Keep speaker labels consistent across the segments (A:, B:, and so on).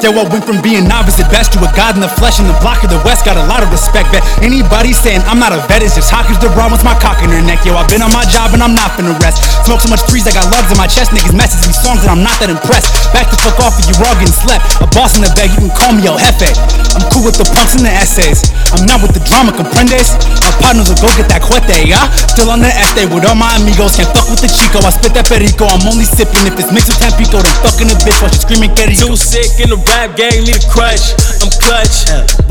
A: Yo, I went from being novice at best to a god in the flesh in the block of the west. Got a lot of respect that anybody saying I'm not a vet is just hawkers. The raw one's my cock in her neck. Yo, I've been on my job and I'm not finna rest. Smoke so much trees, I got lugs in my chest. Niggas message me songs and I'm not that impressed. Back the fuck off of you, all getting slept. A boss in the bag, you can call me El Jefe. I'm cool with the punks and the essays. I'm not with the drama, comprendes? My partners will go get that cuete, yeah? Still on the este with all my amigos. Can't fuck with the Chico, I spit that perico. I'm only sipping if it's mixed with Tampico. Then fucking a bitch while she screaming, que rico.
B: Too sick in the rap game, need a crutch. I'm clutch.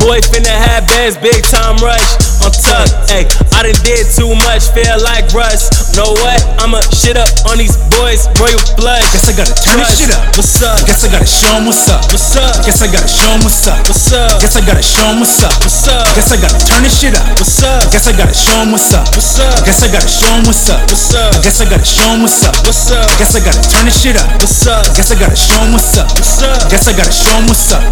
B: Boy, finna have bands, big time rush. I'm tucked, ayy. I done did too much, feel like rust. Know what? I'ma shit up on these boys, royal blood.
A: Guess I gotta turn this shit up.
B: What's up?
A: Guess I gotta show 'em what's up.
B: What's up?
A: Guess I gotta show 'em what's up.
B: What's up?
A: Guess I gotta show 'em what's up.
B: What's up?
A: Guess I gotta turn this shit up.
B: What's up?
A: Guess I gotta show 'em what's up.
B: What's up?
A: Guess I gotta show 'em what's up.
B: What's up?
A: Guess I gotta show 'em what's up.
B: What's up?
A: Guess I gotta turn this shit up.
B: What's up?
A: Guess I gotta show 'em what's up.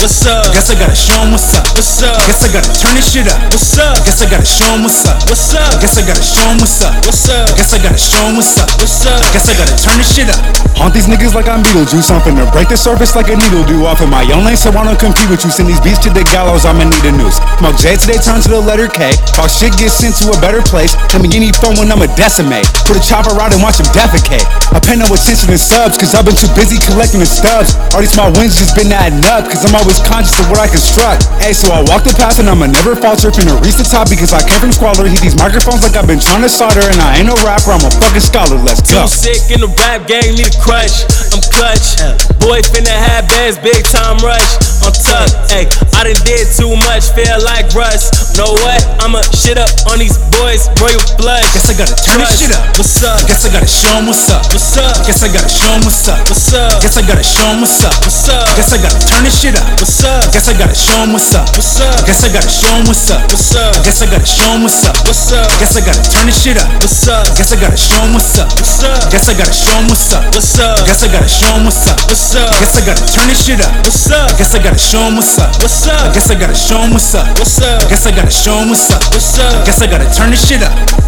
B: What's up?
A: Guess I gotta show 'em what's up.
B: What's up?
A: Guess I gotta show 'em what's up.
B: What's up?
A: Guess I gotta turn this shit up.
B: What's up?
A: Guess I gotta show 'em what's up.
B: What's up?
A: Guess I gotta show 'em what's up. Guess I gotta show 'em what's up. Guess I
B: What's up? What's up?
A: gotta turn this shit up. Haunt these niggas like I'm Beetlejuice. I'm finna break the surface like a needle do off in my own lane, so I don't compete with you. Send these beats to the gallows, I'ma need a noose. Smoke J today, turn to the letter K. Talk shit, get sent to a better place. Tell me any phone when I'ma decimate. Put a chopper out and watch him defecate. I pay no attention to subs, cause I've been too busy collecting the stubs. All these small wins just been adding up, cause I'm always conscious of what I construct. Hey, so I walk the path and I'ma never falter. Finna reach the top because I came from squalor. Hit these microphones like I've been trying to solder. And I ain't no rapper, I'm a fucking scholar. Let's go.
B: Too sick in the rap game, need a crutch. I'm clutch. Boy, finna have bands, big time rush. I'm tucked. Ayy, I done did too much, feel like rust. Know what? I'ma shit up on these boys, royal blood.
A: Guess I gotta turn this shit up.
B: What's up?
A: Guess I gotta show 'em what's up.
B: What's up?
A: Guess I gotta show 'em what's up.
B: What's up?
A: Guess I gotta show 'em what's up.
B: What's up?
A: Guess I gotta turn this shit up.
B: What's up?
A: Guess I gotta show 'em what's up.
B: What's up?
A: Guess I gotta show 'em what's up.
B: What's up?
A: Guess I gotta show 'em what's up.
B: What's up?
A: Guess I gotta turn this shit up.
B: What's up?
A: Guess I gotta show 'em what's up.
B: What's up?
A: Guess I gotta show 'em what's up.
B: What's up?
A: Guess I gotta show 'em what's up. Guess I gotta turn this
B: What's up?
A: shit up.
B: What's up?
A: Guess I gotta show 'em what's up.
B: What's up?
A: Guess I gotta show 'em what's up. Guess I gotta show 'em what's
B: What's up?
A: up.
B: What's up?
A: Guess I gotta turn this shit up.